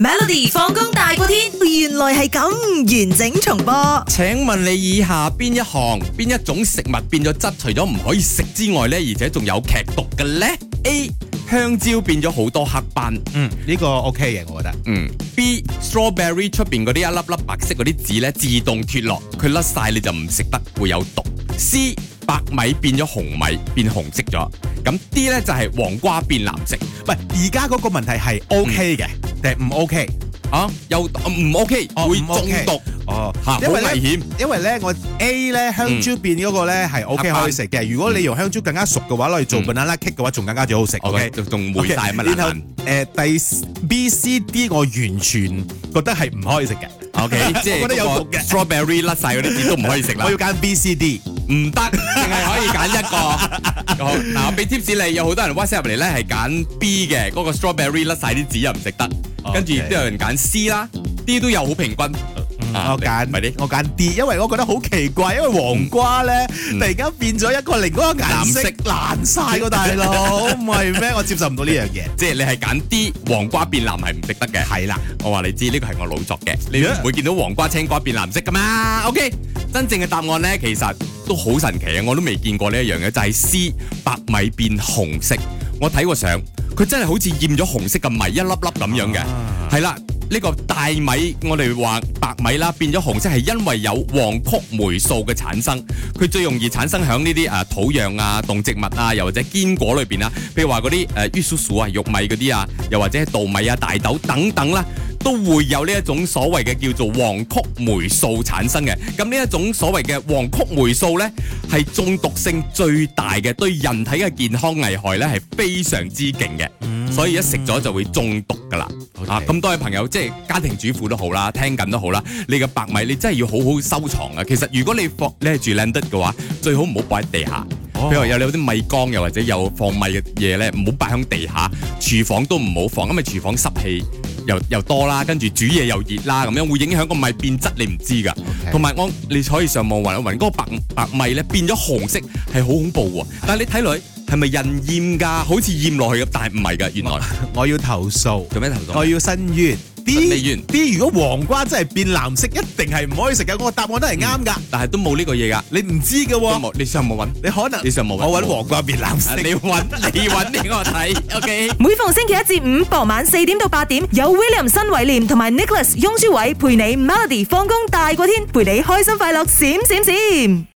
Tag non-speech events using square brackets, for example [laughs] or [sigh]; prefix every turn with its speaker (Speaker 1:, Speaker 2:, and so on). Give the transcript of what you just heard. Speaker 1: Melody 放工大過天，原來係咁完整重播。
Speaker 2: 請問你以下邊一項邊一種食物變咗質，除咗唔可以食之外呢，而且仲有劇毒嘅呢 a 香蕉變咗好多黑斑，
Speaker 3: 嗯，呢、個 OK 嘅，我覺得。
Speaker 2: 嗯。B strawberry 出邊嗰啲一粒粒白色嗰啲籽呢，自動脱落，佢甩晒你就唔食得，會有毒。C 白米變咗紅米，變紅色咗。咁 D 呢，就係、黃瓜變藍色。
Speaker 3: 喂，而家嗰個問題係 OK 嘅定係唔 OK？
Speaker 2: 啊，又唔 OK，
Speaker 3: 哦
Speaker 2: 會
Speaker 3: 唔
Speaker 2: 中
Speaker 3: OK
Speaker 2: 毒。
Speaker 3: 哦
Speaker 2: 嚇
Speaker 3: 因為
Speaker 2: 好危
Speaker 3: 咧
Speaker 2: 險，
Speaker 3: 因為咧我 A 咧香蕉變嗰個咧係 OK
Speaker 2: 嗯
Speaker 3: 可以食嘅。如果你用香蕉更加熟嘅話，攞嚟做
Speaker 2: 嗯
Speaker 3: banana cake 嘅話，仲更加最好食。
Speaker 2: 我
Speaker 3: OK，
Speaker 2: 仲仲霉晒乜爛
Speaker 3: [laughs] 然後
Speaker 2: 爛。
Speaker 3: 誒第 B、C、D 我完全覺得係唔可以食嘅。
Speaker 2: O K，即係
Speaker 3: [laughs] 我覺得有
Speaker 2: 嗰
Speaker 3: 毒
Speaker 2: 個
Speaker 3: 嘅
Speaker 2: strawberry 甩晒嗰啲籽都唔可以食啦
Speaker 3: 我。要揀 B、C、D。
Speaker 2: 唔得，淨係可以揀一
Speaker 3: [laughs]
Speaker 2: 個。好，嗱，我俾 tips 你，有好多人 WhatsApp 入嚟咧係揀 B 嘅，嗰、個 strawberry 甩晒啲籽又唔食得，跟住
Speaker 3: OK
Speaker 2: 都有人揀 C 啦，D 都有好平均。啊
Speaker 3: 嗯我揀
Speaker 2: 你咪啲
Speaker 3: 我揀 D，因為我覺得好奇怪，因為黃瓜咧突然間變咗一個另外一個顏色
Speaker 2: 嗯藍色
Speaker 3: 爛晒個大佬，唔係咩？我接受唔到呢樣嘢。
Speaker 2: 即係你係揀 D，黃瓜變藍係唔食得嘅。係啦，我話你知呢個係我老作嘅，你
Speaker 3: Yeah
Speaker 2: 唔會見到黃瓜、青瓜變藍色噶嘛？OK，真正嘅答案呢，其實都好神奇啊！我都未見過呢一樣嘢，就係、C 白米變紅色。我睇過相，佢真係好似染咗紅色嘅米一粒粒咁樣嘅。
Speaker 3: 啊
Speaker 2: 係啦、呢、個大米我哋話白米啦，變咗紅色係因為有黃曲霉素嘅產生，佢最容易產生喺呢啲啊土壤啊、動植物啊，又或者堅果裏邊啊，譬如話嗰啲誒玉薯薯啊、玉米嗰啲啊，又或者係稻米啊、大豆等等啦、都會有呢一種所謂嘅叫做黃曲霉素產生嘅。咁呢一種所謂嘅黃曲霉素呢，係中毒性最大嘅，對人體嘅健康危害呢係非常之勁嘅。所以一食咗就會中毒㗎啦。
Speaker 3: OK
Speaker 2: 啊，咁多位朋友，即係家庭主婦都好啦，聽緊都好啦，你嘅白米你真係要好好收藏啊。其實如果你放你係住靚得嘅話，最好唔好擺喺地下。
Speaker 3: 哦
Speaker 2: 譬如話有你啲米缸，又或者有放米嘅嘢咧，唔好擺喺地下，廚房都唔好放，因為廚房濕氣又又多啦，跟住煮嘢又熱啦，咁樣會影響個米變質，你唔知㗎。同埋我你可以上網揾一揾，嗰、個白白米咧變咗紅色，係好恐怖喎。但係你睇落去係咪人厭㗎？好似厭落去咁，但係唔係㗎，原來
Speaker 3: 我要投訴，
Speaker 2: 做咩頭痛
Speaker 3: 我？要申冤。
Speaker 2: 申
Speaker 3: D
Speaker 2: 咩冤
Speaker 3: D 如果黃瓜真係變藍色，一定係唔可以食嘅。我答案都係啱㗎，
Speaker 2: 但係都冇呢個嘢㗎，
Speaker 3: 你唔知嘅
Speaker 2: 都
Speaker 3: 喎，
Speaker 2: 冇你上網揾。
Speaker 3: 你可能
Speaker 2: 你上網揾
Speaker 3: 我揾黃瓜變藍
Speaker 2: 啊
Speaker 3: 色。
Speaker 2: 你揾你揾俾我睇，OK？
Speaker 1: 每逢星期一至五傍晚四點到八點，有 William 新偉廉同埋 Nicholas 雍舒偉陪你 Melody 放工大過天，陪你開心快樂閃閃閃。